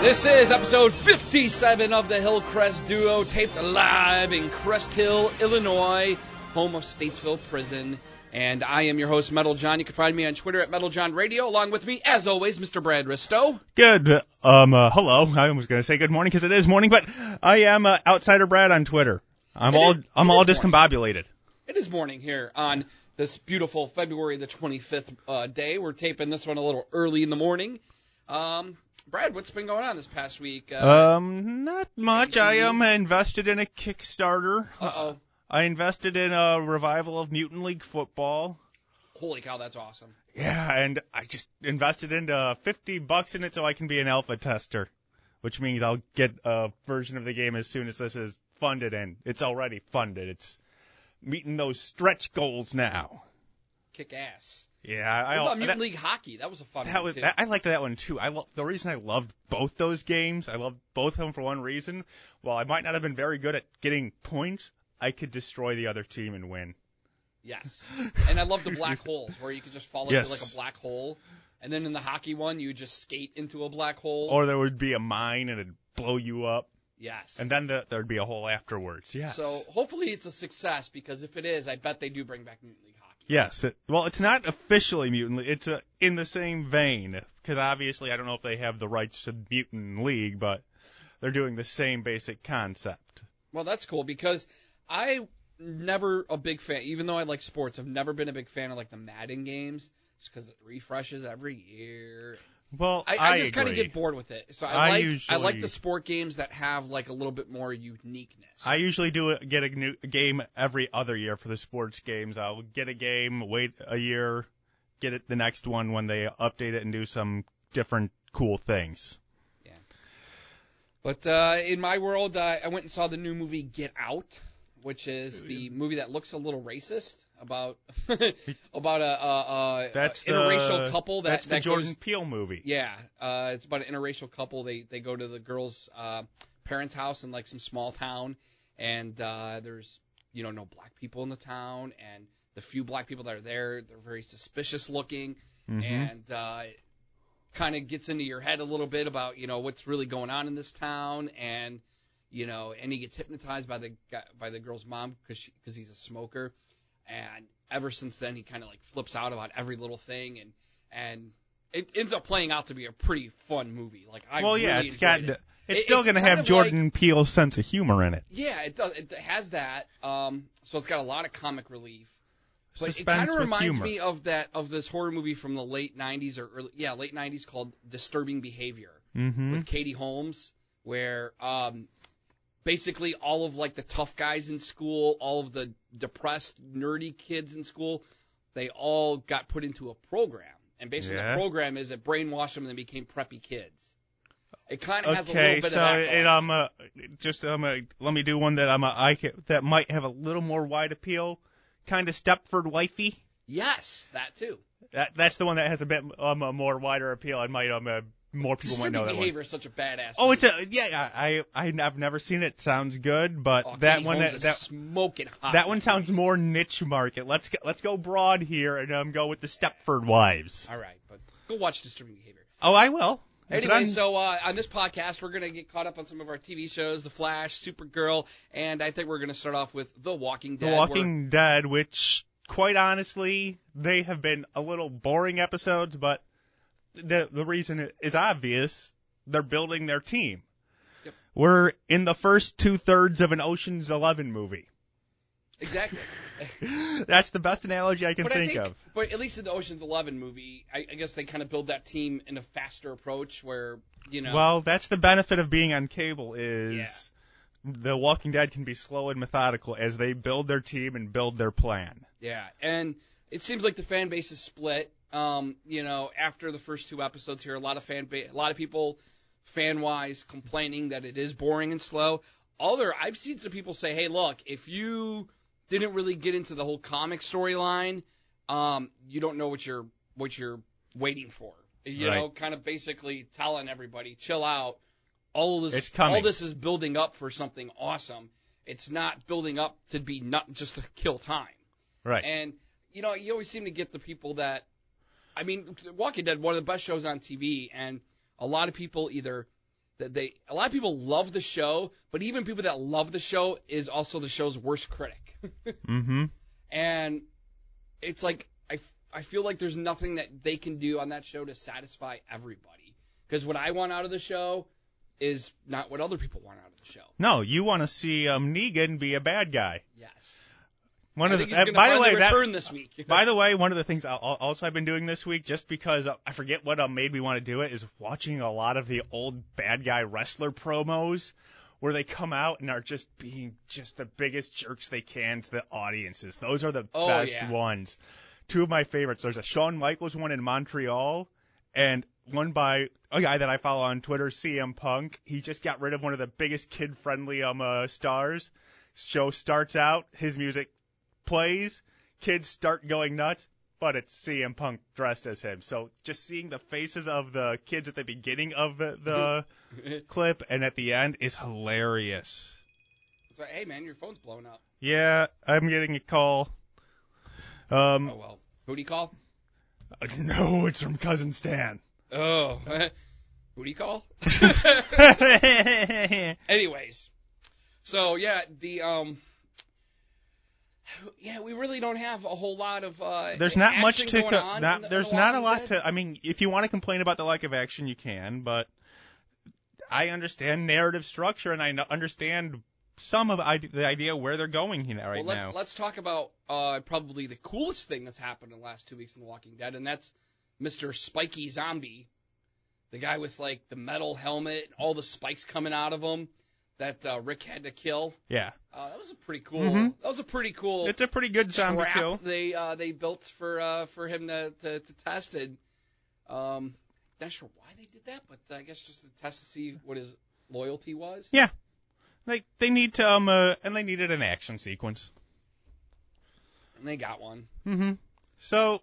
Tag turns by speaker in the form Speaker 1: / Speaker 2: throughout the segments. Speaker 1: This is episode 57 of the Hillcrest Duo, taped live in Crest Hill, Illinois, home of Statesville Prison. And I am your host, Metal John. You can find me on Twitter at Metal John Radio, along with me, as always, Mr. Brad Risto.
Speaker 2: Good. Um. Uh, hello. I was going to say good morning because it is morning, but I am uh, outsider Brad on Twitter. I'm
Speaker 1: It
Speaker 2: all
Speaker 1: is-
Speaker 2: I'm
Speaker 1: it
Speaker 2: all
Speaker 1: is
Speaker 2: discombobulated.
Speaker 1: It is morning here on this beautiful February the 25th uh, day. We're taping this one a little early in the morning. Um, Brad, what's been going on this past week? Uh,
Speaker 2: Um. Not much. I am invested in a Kickstarter.
Speaker 1: uh-oh.
Speaker 2: I invested in a revival of Mutant League Football.
Speaker 1: Holy cow, that's awesome.
Speaker 2: Yeah, and I just invested into 50 bucks in it so I can be an alpha tester, which means I'll get a version of the game as soon as this is funded and it's already funded. It's meeting those stretch goals now.
Speaker 1: Kick ass.
Speaker 2: Yeah, I
Speaker 1: What
Speaker 2: I-
Speaker 1: about Mutant
Speaker 2: that,
Speaker 1: League Hockey? That was a fun
Speaker 2: that
Speaker 1: one,
Speaker 2: was
Speaker 1: too.
Speaker 2: that, I liked that one too. I lo- the reason I loved both those games, I loved both of them for one reason. While I might not have been very good at getting points, I could destroy the other team and win.
Speaker 1: Yes. And I love the black holes where you could just fall
Speaker 2: Yes.
Speaker 1: into like a black hole. And then in the hockey one, you just skate into a black hole.
Speaker 2: Or there would be a mine and it'd blow you up,
Speaker 1: yes.
Speaker 2: and then the, there'd be a hole afterwards. Yes.
Speaker 1: So hopefully it's a success because if it is, I bet they do bring back Mutant League Hockey.
Speaker 2: Yes. It, well, it's not officially mutant. League. It's uh in the same vein because obviously I don't know if they have the rights to Mutant League, but they're doing the same basic concept.
Speaker 1: Well, that's cool because I never a big fan, even though I like sports, I've never been a big fan of like the Madden games just because it refreshes every year.
Speaker 2: Well,
Speaker 1: I, I, just kind of get bored with it. So I,
Speaker 2: I
Speaker 1: like I
Speaker 2: usually-
Speaker 1: like the sport games that have like a little bit more uniqueness.
Speaker 2: I usually do a, get a new a game every other year for the sports games. I'll get a game, wait a year, get it the next one when they update it and do some different cool things.
Speaker 1: But uh, in my world, uh, I went and saw the new movie Get Out, which is the movie that looks a little racist about about a, a, a
Speaker 2: That's
Speaker 1: a interracial
Speaker 2: the,
Speaker 1: couple that
Speaker 2: that's the
Speaker 1: that
Speaker 2: Jordan
Speaker 1: goes.
Speaker 2: Peele movie.
Speaker 1: Yeah, uh, it's about an interracial couple. They they go to the girl's uh, parents' house in like some small town, and uh, there's you know no black people in the town, and the few black people that are there, they're very suspicious looking
Speaker 2: Mhm.
Speaker 1: and uh, kind of gets into your head a little bit about you know what's really going on in this town, and you know, and he gets hypnotized by the guy, by the girl's mom because because he's a smoker, and ever since then he kind of like flips out about every little thing, and and it ends up playing out to be a pretty fun movie. Like I
Speaker 2: well,
Speaker 1: really
Speaker 2: yeah, it's got.
Speaker 1: enjoyed it.
Speaker 2: It's
Speaker 1: It-
Speaker 2: still
Speaker 1: it's
Speaker 2: going to
Speaker 1: kind
Speaker 2: have
Speaker 1: of
Speaker 2: Jordan Peele's sense of humor in it.
Speaker 1: Yeah, it does. It has that. Um, so it's got a lot of comic relief. But it
Speaker 2: Suspense
Speaker 1: kind of
Speaker 2: with
Speaker 1: reminds
Speaker 2: humor.
Speaker 1: me of that of this horror movie from the late '90s or early, yeah, late '90s called Disturbing Behavior
Speaker 2: hmm
Speaker 1: with Katie Holmes, where um, basically all of like the tough guys in school, all of the depressed, nerdy kids in school, they all got put into a program, and basically
Speaker 2: Yeah.
Speaker 1: the program is it brainwashed them and they became preppy kids. It kind of has a little
Speaker 2: Okay,
Speaker 1: bit of
Speaker 2: so
Speaker 1: that. going
Speaker 2: it, um, uh, just um, uh, let me do one that I'm uh, I ca- that might have a little more wide appeal, kind of Stepford Wifey.
Speaker 1: yes, that too.
Speaker 2: That that's the one that has a bit um a more wider appeal. I might um uh, more people might
Speaker 1: Disturbing
Speaker 2: know that one.
Speaker 1: behavior is such a badass.
Speaker 2: Oh, it's
Speaker 1: movie.
Speaker 2: a yeah. I I I've never seen it. Sounds good, but
Speaker 1: Oh,
Speaker 2: that
Speaker 1: Katie
Speaker 2: one
Speaker 1: Holmes
Speaker 2: that
Speaker 1: is
Speaker 2: that,
Speaker 1: smoking hot.
Speaker 2: that one sounds more niche market. Let's go, let's go broad here and um go with the Stepford Wives.
Speaker 1: All right, but go watch Disturbing Behavior.
Speaker 2: Oh, I will. Is it
Speaker 1: Anyway,
Speaker 2: on-
Speaker 1: so uh, on this podcast, we're going to get caught up on some of our TV shows, The Flash, Supergirl, and I think we're going to start off with The Walking Dead.
Speaker 2: The
Speaker 1: where-
Speaker 2: Walking Dead, which quite honestly, they have been a little boring episodes, but the the reason is obvious. They're building their team.
Speaker 1: Yep.
Speaker 2: We're in the first two thirds of an Ocean's Eleven movie.
Speaker 1: exactly.
Speaker 2: That's the best analogy I can
Speaker 1: but
Speaker 2: think,
Speaker 1: I think,
Speaker 2: of.
Speaker 1: but at least in the Ocean's Eleven movie, I, I guess they kind of build that team in a faster approach where you know.
Speaker 2: Well, that's the benefit of being on cable is The Walking Dead can be slow and methodical as they build their team and build their plan.
Speaker 1: Yeah, and it seems like the fan base is split. Um, you know, after the first two episodes here, a lot of fan ba- a lot of people fan wise complaining that it is boring and slow. Other, I've seen some people say, "Hey, look, if you didn't really get into the whole comic storyline, um, you don't know what you're what you're waiting for." You know, kind of basically telling everybody, "Chill out. All of this,
Speaker 2: It's coming.
Speaker 1: all this is building up for something awesome. It's not building up to be not just to kill time."
Speaker 2: Right.
Speaker 1: And you know, you always seem to get the people that I mean, Walking Dead, one of the best shows on TV, and a lot of people either that they a lot of people love the show, but even people that love the show is also the show's worst critic.
Speaker 2: Mm-hmm.
Speaker 1: and it's like I I feel like there's nothing that they can do on that show to satisfy everybody because what I want out of the show is not what other people want out of the show.
Speaker 2: No, you want to see um, Negan be a bad guy.
Speaker 1: Yes.
Speaker 2: One
Speaker 1: I
Speaker 2: of
Speaker 1: think
Speaker 2: the,
Speaker 1: he's
Speaker 2: uh,
Speaker 1: gonna
Speaker 2: by the
Speaker 1: finally
Speaker 2: way, that
Speaker 1: return this week.
Speaker 2: By the way, one of the things I, al- also I've been doing this week, just because uh, I forget what uh, made me want to do it, is watching a lot of the old bad guy wrestler promos where they come out and are just being just the biggest jerks they can to the audiences. Those are the
Speaker 1: Oh,
Speaker 2: best
Speaker 1: yeah.
Speaker 2: ones. Two of my favorites. There's a Shawn Michaels one in Montreal and one by a guy that I follow on Twitter, CM Punk. He just got rid of one of the biggest kid friendly um uh, stars. Show starts out, his music plays, kids start going nuts, but it's CM Punk dressed as him. So just seeing the faces of the kids at the beginning of the,
Speaker 1: Mm-hmm.
Speaker 2: the clip and at the end is hilarious.
Speaker 1: It's like, hey man, your phone's blowing up.
Speaker 2: Yeah, I'm getting a call. Um,
Speaker 1: Oh well. Who do you call?
Speaker 2: no, it's from cousin Stan.
Speaker 1: Oh. Who do you call? Anyways, so yeah, the um, yeah, we really don't have a whole lot of uh.
Speaker 2: there's not
Speaker 1: action
Speaker 2: much to
Speaker 1: going
Speaker 2: co-
Speaker 1: on
Speaker 2: not
Speaker 1: in the- in
Speaker 2: there's
Speaker 1: The
Speaker 2: not a
Speaker 1: Walking
Speaker 2: lot
Speaker 1: Dead.
Speaker 2: to I mean if you want to complain about the lack of action you can but I understand narrative structure and I kn- understand some of ide- the idea where they're going here right
Speaker 1: well,
Speaker 2: now.
Speaker 1: Let, us talk about uh probably the coolest thing that's happened in the last two weeks in The Walking Dead, and that's Mr. Spiky Zombie, the guy with like the metal helmet and all the spikes coming out of him that uh, Rick had to kill.
Speaker 2: yeah.
Speaker 1: Uh, that was a pretty cool.
Speaker 2: Mhm.
Speaker 1: That was a pretty cool.
Speaker 2: It's a pretty good zombie
Speaker 1: trap
Speaker 2: kill.
Speaker 1: they uh, they built for uh, for him to, to, to test it. Um, not sure why they did that, but I guess just to test to see what his loyalty was.
Speaker 2: Yeah. Like they need to um uh, and they needed an action sequence.
Speaker 1: And they got one.
Speaker 2: Mhm. So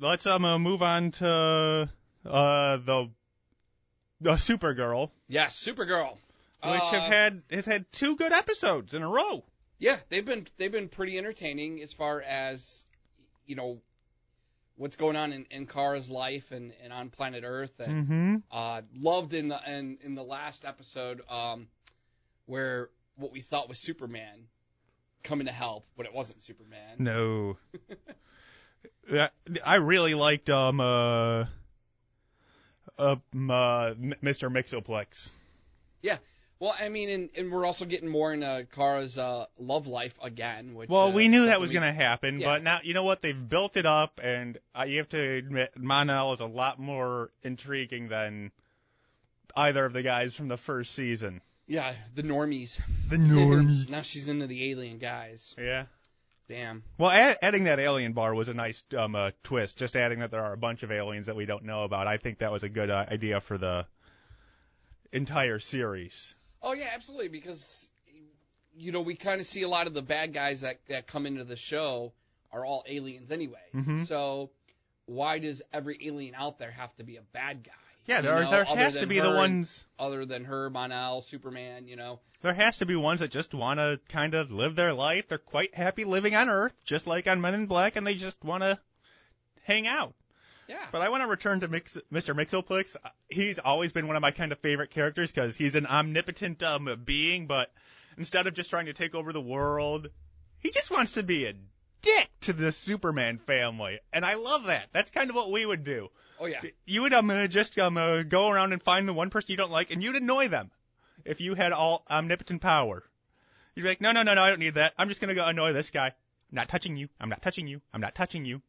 Speaker 2: let's um uh, move on to uh the the Supergirl,
Speaker 1: Yes, Supergirl.
Speaker 2: which
Speaker 1: Uh,
Speaker 2: have had has had two good episodes in a row.
Speaker 1: yeah, they've been they've been pretty entertaining as far as you know what's going on in, in Kara's life and, and on planet Earth and
Speaker 2: Mhm.
Speaker 1: uh, loved in the in, in the last episode um, where what we thought was Superman coming to help, but it wasn't Superman.
Speaker 2: No. Yeah, I really liked um uh, uh, m- uh M- Mr. Mixoplex.
Speaker 1: Well, I mean, and, and we're also getting more into Kara's uh, love life again. Which,
Speaker 2: Well,
Speaker 1: uh,
Speaker 2: we knew that
Speaker 1: something
Speaker 2: was
Speaker 1: we-
Speaker 2: gonna happen,
Speaker 1: Yeah.
Speaker 2: but now you know what? They've built it up, and uh, you have to admit Monel is a lot more intriguing than either of the guys from the first season.
Speaker 1: Yeah, the normies.
Speaker 2: The
Speaker 1: now she's into the alien guys.
Speaker 2: yeah.
Speaker 1: Damn.
Speaker 2: Well, add, adding that alien bar was a nice um uh, twist. Just adding that there are a bunch of aliens that we don't know about. I think that was a good uh, idea for the entire series.
Speaker 1: Oh yeah, absolutely. Because you know we kind of see a lot of the bad guys that that come into the show are all aliens anyway.
Speaker 2: Mhm.
Speaker 1: So why does every alien out there have to be a bad guy?
Speaker 2: Yeah,
Speaker 1: You
Speaker 2: there are,
Speaker 1: know,
Speaker 2: there
Speaker 1: other
Speaker 2: has to
Speaker 1: than
Speaker 2: be the
Speaker 1: her and-
Speaker 2: ones.
Speaker 1: other than her, Monel, Superman. You know.
Speaker 2: There has to be ones that just want to kind of live their life. They're quite happy living on Earth, just like on Men in Black, and they just want to hang out.
Speaker 1: Yeah.
Speaker 2: But I want to return to Mix, Mr. Mixoplex. He's always been one of my kind of favorite characters because he's an omnipotent um, being, but instead of just trying to take over the world, he just wants to be a dick to the Superman family, and I love that. That's kind of what we would do.
Speaker 1: Oh yeah.
Speaker 2: You would um, uh, just um, uh, go around and find the one person you don't like, and you'd annoy them if you had all omnipotent power. You'd be like, no, no, no, no, I don't need that. I'm just gonna go annoy this guy. I'm not touching you. I'm not touching you. I'm not touching you.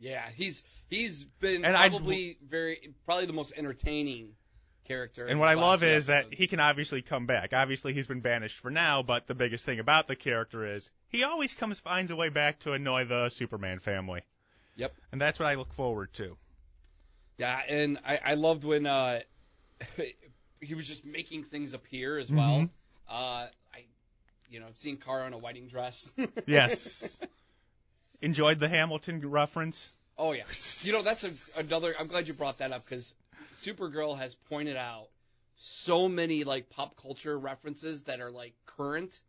Speaker 1: Yeah, he's he's been
Speaker 2: And I'd-
Speaker 1: probably very probably the most entertaining character.
Speaker 2: And
Speaker 1: in
Speaker 2: what
Speaker 1: the
Speaker 2: I
Speaker 1: last
Speaker 2: love
Speaker 1: few
Speaker 2: is that
Speaker 1: episodes.
Speaker 2: he can obviously come back. Obviously, he's been banished for now, but the biggest thing about the character is he always comes finds a way back to annoy the Superman family.
Speaker 1: Yep.
Speaker 2: And that's what I look forward to.
Speaker 1: yeah, and I, I loved when uh, he was just making things appear as well.
Speaker 2: Mhm.
Speaker 1: Uh, I you know seeing Kara in a wedding dress.
Speaker 2: Yes. Enjoyed the Hamilton reference.
Speaker 1: oh yeah, you know that's a, another. I'm glad you brought that up because Supergirl has pointed out so many like pop culture references that are like current.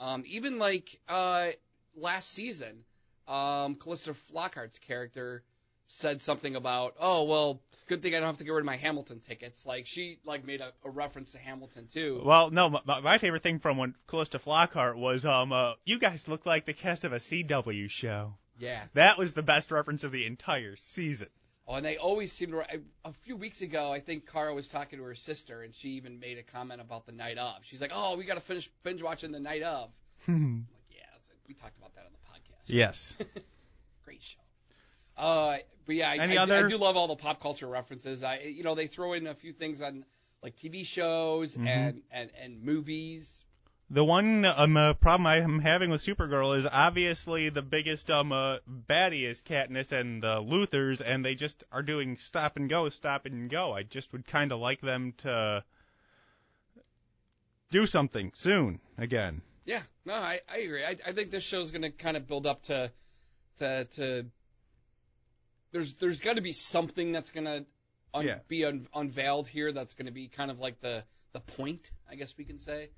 Speaker 1: Um, even like uh, last season, um, Callista Flockhart's character said something about, oh well, good thing I don't have to get rid of my Hamilton tickets. Like she like made a, a reference to Hamilton too.
Speaker 2: Well, no, my, my favorite thing from when Callista Flockhart was, um, uh, you guys look like the cast of a CW show.
Speaker 1: yeah.
Speaker 2: That was the best reference of the entire season.
Speaker 1: Oh, and they always seem to. I- A few weeks ago, I think Kara was talking to her sister, and she even made a comment about the night of. She's like, "Oh, we got to finish binge watching the night of." I'm like, yeah, that's it. we talked about that on the podcast.
Speaker 2: Yes.
Speaker 1: great show. Uh, but yeah, I,
Speaker 2: Any
Speaker 1: I,
Speaker 2: other-
Speaker 1: I do love all the pop culture references. I, you know, they throw in a few things on like TV shows
Speaker 2: Mm-hmm.
Speaker 1: and, and and movies.
Speaker 2: The one um, uh, problem I'm having with Supergirl is obviously the biggest um uh, baddie is Katniss and the Luthers, and they just are doing stop and go, stop and go. I just would kind of like them to do something soon again.
Speaker 1: Yeah, no, I, I agree. I, I think this show's going to kind of build up to to to. There's there's got to be something that's going to un-
Speaker 2: Yeah.
Speaker 1: be un- unveiled here. That's going to be kind of like the the point, I guess we can say,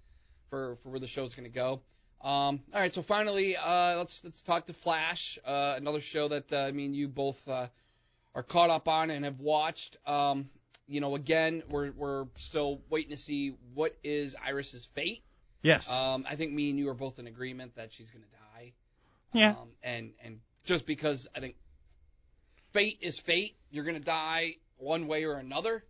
Speaker 1: for for where the show's going to go. Um, all right, so finally, uh, let's let's talk to Flash, uh, another show that uh, I mean you both uh, are caught up on and have watched. Um, you know, again, we're we're still waiting to see what is Iris's fate.
Speaker 2: Yes.
Speaker 1: Um, I think me and you are both in agreement that she's gonna die.
Speaker 2: Yeah.
Speaker 1: Um, and and just because I think fate is fate, you're gonna die one way or another.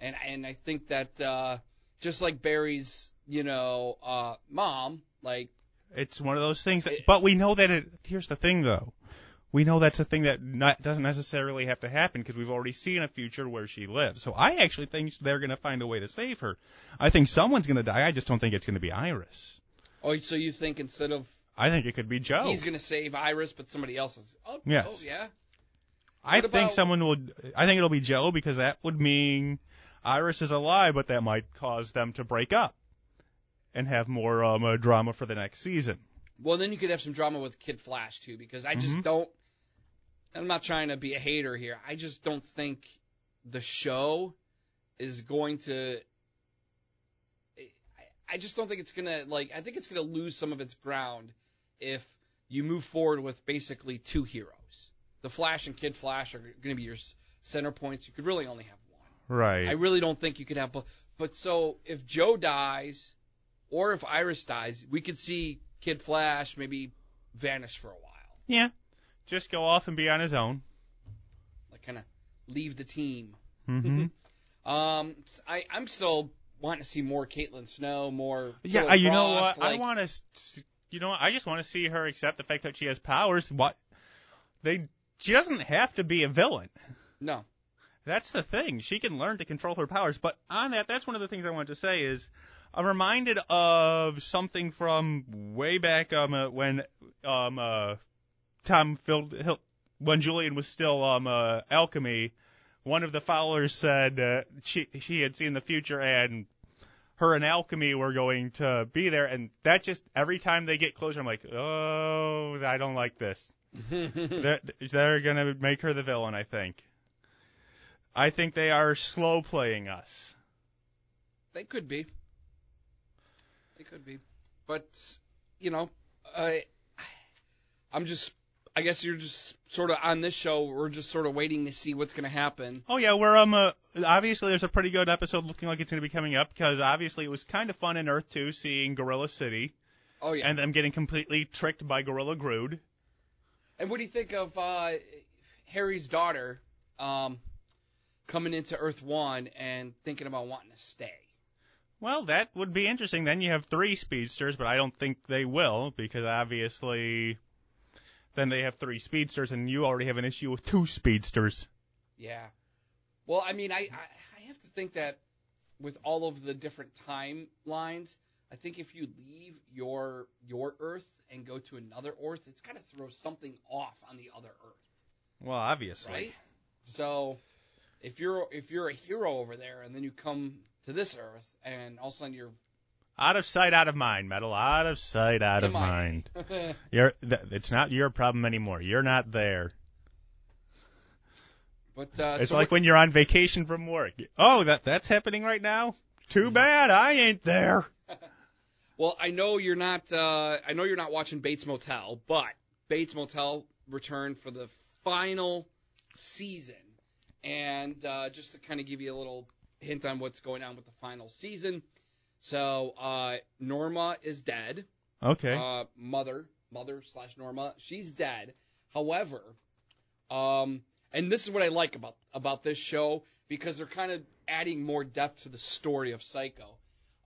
Speaker 1: And and I think that uh, just like Barry's, you know, uh, mom, like
Speaker 2: It's one of those things. That,
Speaker 1: It-
Speaker 2: but we know that it. Here's the thing, though. We know that's a thing that not, doesn't necessarily have to happen because we've already seen a future where she lives. So I actually think they're going to find a way to save her. I think someone's going to die. I just don't think it's going to be Iris.
Speaker 1: oh, so you think instead of
Speaker 2: I think it could be Joe.
Speaker 1: he's gonna save Iris, but somebody else is. Oh,
Speaker 2: Oh. Yes.
Speaker 1: oh yeah.
Speaker 2: I
Speaker 1: what
Speaker 2: think
Speaker 1: about-
Speaker 2: someone will. I think it'll be Joe because that would mean Iris is alive, but that might cause them to break up and have more um, uh, drama for the next season.
Speaker 1: Well, then you could have some drama with Kid Flash too, because I just
Speaker 2: Mhm.
Speaker 1: don't. I'm not trying to be a hater here. I just don't think the show is going to. I- I just don't think it's gonna like. I think it's gonna lose some of its ground if you move forward with basically two heroes. The Flash and Kid Flash are gonna be your s- center points. You could really only have one.
Speaker 2: Right.
Speaker 1: I really don't think you could have both. But so if Joe dies, or if Iris dies, we could see Kid Flash maybe vanish for a while,
Speaker 2: yeah. Just go off and be on his own.
Speaker 1: like kind of leave the team.
Speaker 2: hmm
Speaker 1: Um, I I'm still wanting to see more Caitlin Snow, more
Speaker 2: Yeah,
Speaker 1: Philip
Speaker 2: I- you know
Speaker 1: Frost,
Speaker 2: what? I
Speaker 1: like-
Speaker 2: want to. You know, what? I just want to see her accept the fact that she has powers. What they she doesn't have to be a villain.
Speaker 1: no.
Speaker 2: That's the thing. She can learn to control her powers. But on that, that's one of the things I wanted to say is I'm reminded of something from way back um uh, when um uh Tom filled Hill, when Julian was still um uh, alchemy. One of the followers said uh, she she had seen the future and her and alchemy were going to be there and that just every time they get closer I'm like oh I don't like this they're, they're gonna make her the villain, I think. I think they are slow playing us.
Speaker 1: They could be. They could be. But you know, I I'm just I guess you're just sort of on this show. We're just sort of waiting to see what's going to happen.
Speaker 2: Oh yeah, we're um uh, obviously there's a pretty good episode looking like it's gonna be coming up because obviously it was kind of fun in Earth 2 seeing Gorilla City
Speaker 1: Oh yeah.
Speaker 2: and them getting completely tricked by Gorilla Grood.
Speaker 1: And what do you think of uh, Harry's daughter um, coming into Earth One and thinking about wanting to stay?
Speaker 2: Well, that would be interesting. Then you have three speedsters, but I don't think they will because obviously then they have three speedsters and you already have an issue with two speedsters.
Speaker 1: Yeah. Well, I mean, I, I I have to think that with all of the different timelines, I think if you leave your your Earth and go to another Earth, it's got to throw something off on the other Earth,
Speaker 2: Well, obviously.
Speaker 1: right? So if you're if you're a hero over there and then you come to this Earth and all of a sudden you're
Speaker 2: Out of sight, out of mind, metal. Out of sight, out of
Speaker 1: Am I?
Speaker 2: mind. You're, th- it's not your problem anymore. You're not there.
Speaker 1: but uh,
Speaker 2: it's
Speaker 1: so
Speaker 2: like when you're on vacation from work. Oh, that that's happening right now.
Speaker 1: Mm.
Speaker 2: Too bad I ain't there.
Speaker 1: Well, I know you're not. Uh, I know you're not watching Bates Motel, but Bates Motel returned for the final season. And uh, just to kind of give you a little hint on what's going on with the final season. So uh, Norma is dead.
Speaker 2: Okay.
Speaker 1: Uh, mother, mother slash Norma, she's dead. However, um, and this is what I like about about this show because they're kind of adding more depth to the story of Psycho.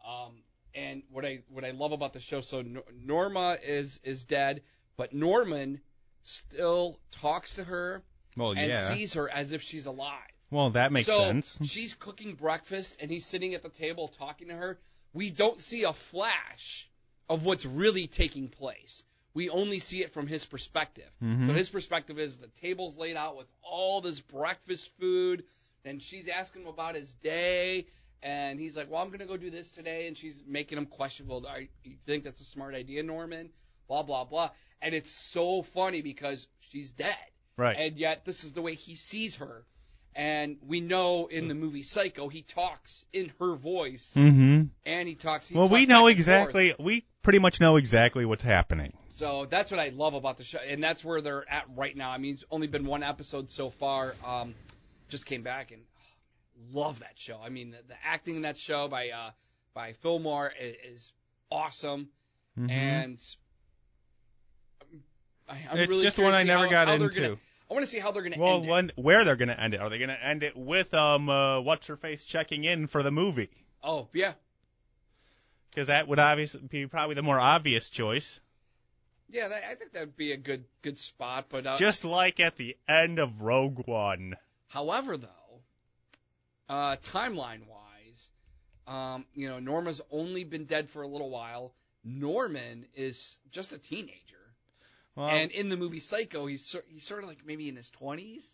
Speaker 1: Um, and what I what I love about the show, so Nor- Norma is is dead, but Norman still talks to her
Speaker 2: well,
Speaker 1: and
Speaker 2: yeah.
Speaker 1: sees her as if she's alive
Speaker 2: well, that makes
Speaker 1: so
Speaker 2: sense.
Speaker 1: she's cooking breakfast and he's sitting at the table talking to her. We don't see a flash of what's really taking place. We only see it from his perspective.
Speaker 2: Mhm.
Speaker 1: So his perspective is the table's laid out with all this breakfast food, and she's asking him about his day, and he's like, "Well, I'm gonna go do this today," and she's making him question, "Well, are, you think that's a smart idea, Norman?" Blah blah blah. And it's so funny because she's dead
Speaker 2: Right.
Speaker 1: and yet this is the way he sees her. And we know in
Speaker 2: Mm.
Speaker 1: the movie Psycho, he talks in her voice,
Speaker 2: mm-hmm.
Speaker 1: and he talks. He
Speaker 2: Well, we
Speaker 1: talks
Speaker 2: know
Speaker 1: back and forth.
Speaker 2: exactly. We pretty much know exactly what's happening.
Speaker 1: So that's what I love about the show, and that's where they're at right now. I mean, it's only been one episode so far. Um, just came back and oh, love that show. I mean, the, the acting in that show by uh, by Fillmore is, is awesome,
Speaker 2: Mhm.
Speaker 1: and I, I'm
Speaker 2: it's
Speaker 1: really
Speaker 2: just one
Speaker 1: curious
Speaker 2: I
Speaker 1: to see
Speaker 2: never
Speaker 1: how-
Speaker 2: got
Speaker 1: how they're
Speaker 2: into.
Speaker 1: gonna- I want to see how they're going to
Speaker 2: well,
Speaker 1: end it.
Speaker 2: when, where they're going to end it? Are they going to end it with um, uh, what's her face checking in for the movie?
Speaker 1: Oh yeah,
Speaker 2: Because that would obviously be probably the more obvious choice.
Speaker 1: Yeah, that, I think that'd be a good good spot. But uh,
Speaker 2: Just like at the end of Rogue One.
Speaker 1: however, though, uh, timeline wise, um, you know, Norma's only been dead for a little while. Norman is just a teenager,
Speaker 2: Well,
Speaker 1: and in the movie Psycho, he's sor- he's sort of like maybe in his twenties.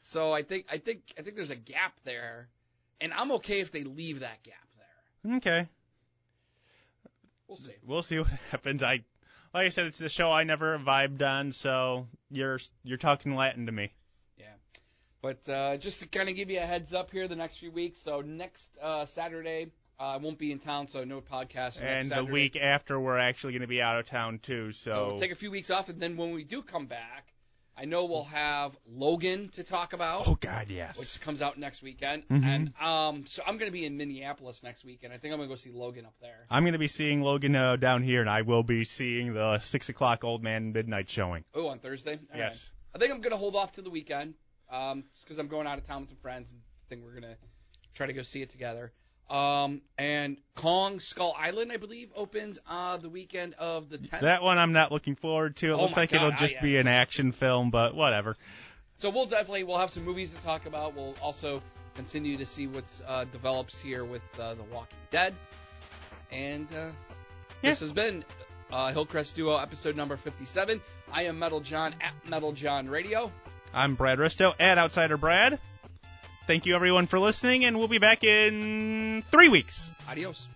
Speaker 1: So I think I think I think there's a gap there, and I'm okay if they leave that gap there.
Speaker 2: okay,
Speaker 1: We'll see.
Speaker 2: we'll see what happens. I, like I said, it's the show I never vibed on, so you're you're talking Latin to me.
Speaker 1: But uh, just to kind of give you a heads up here, the next few weeks. So next uh, Saturday, uh, I won't be in town, so no podcast. next
Speaker 2: and the
Speaker 1: Saturday.
Speaker 2: week after, we're actually going to be out of town too. So,
Speaker 1: So we'll take a few weeks off, and then when we do come back, I know we'll have Logan to talk about,
Speaker 2: oh God, yes.
Speaker 1: which comes out next weekend.
Speaker 2: Mhm.
Speaker 1: And um, so I'm going to be in Minneapolis next week, and I think I'm going to go see Logan up there.
Speaker 2: I'm going to be seeing Logan uh, down here, and I will be seeing the six o'clock Old Man Midnight showing.
Speaker 1: Oh, on Thursday. All right.
Speaker 2: yes.
Speaker 1: I think I'm going to hold off to the weekend, um, just because I'm going out of town with some friends. And I think we're going to try to go see it together. Um, and Kong Skull Island, I believe, opens uh the weekend of the 10th.
Speaker 2: That one I'm not looking forward to. It
Speaker 1: Oh
Speaker 2: looks
Speaker 1: my
Speaker 2: like
Speaker 1: God,
Speaker 2: it'll
Speaker 1: I
Speaker 2: just
Speaker 1: am.
Speaker 2: be an action film, but whatever.
Speaker 1: So we'll definitely we'll have some movies to talk about. We'll also continue to see what's uh, develops here with uh, The Walking Dead. And uh, this has been uh, Hillcrest Duo episode number 57. I am Metal John at Metal John Radio.
Speaker 2: I'm Brad Risto at Outsider Brad. Thank you everyone for listening, and we'll be back in three weeks.
Speaker 1: Adios.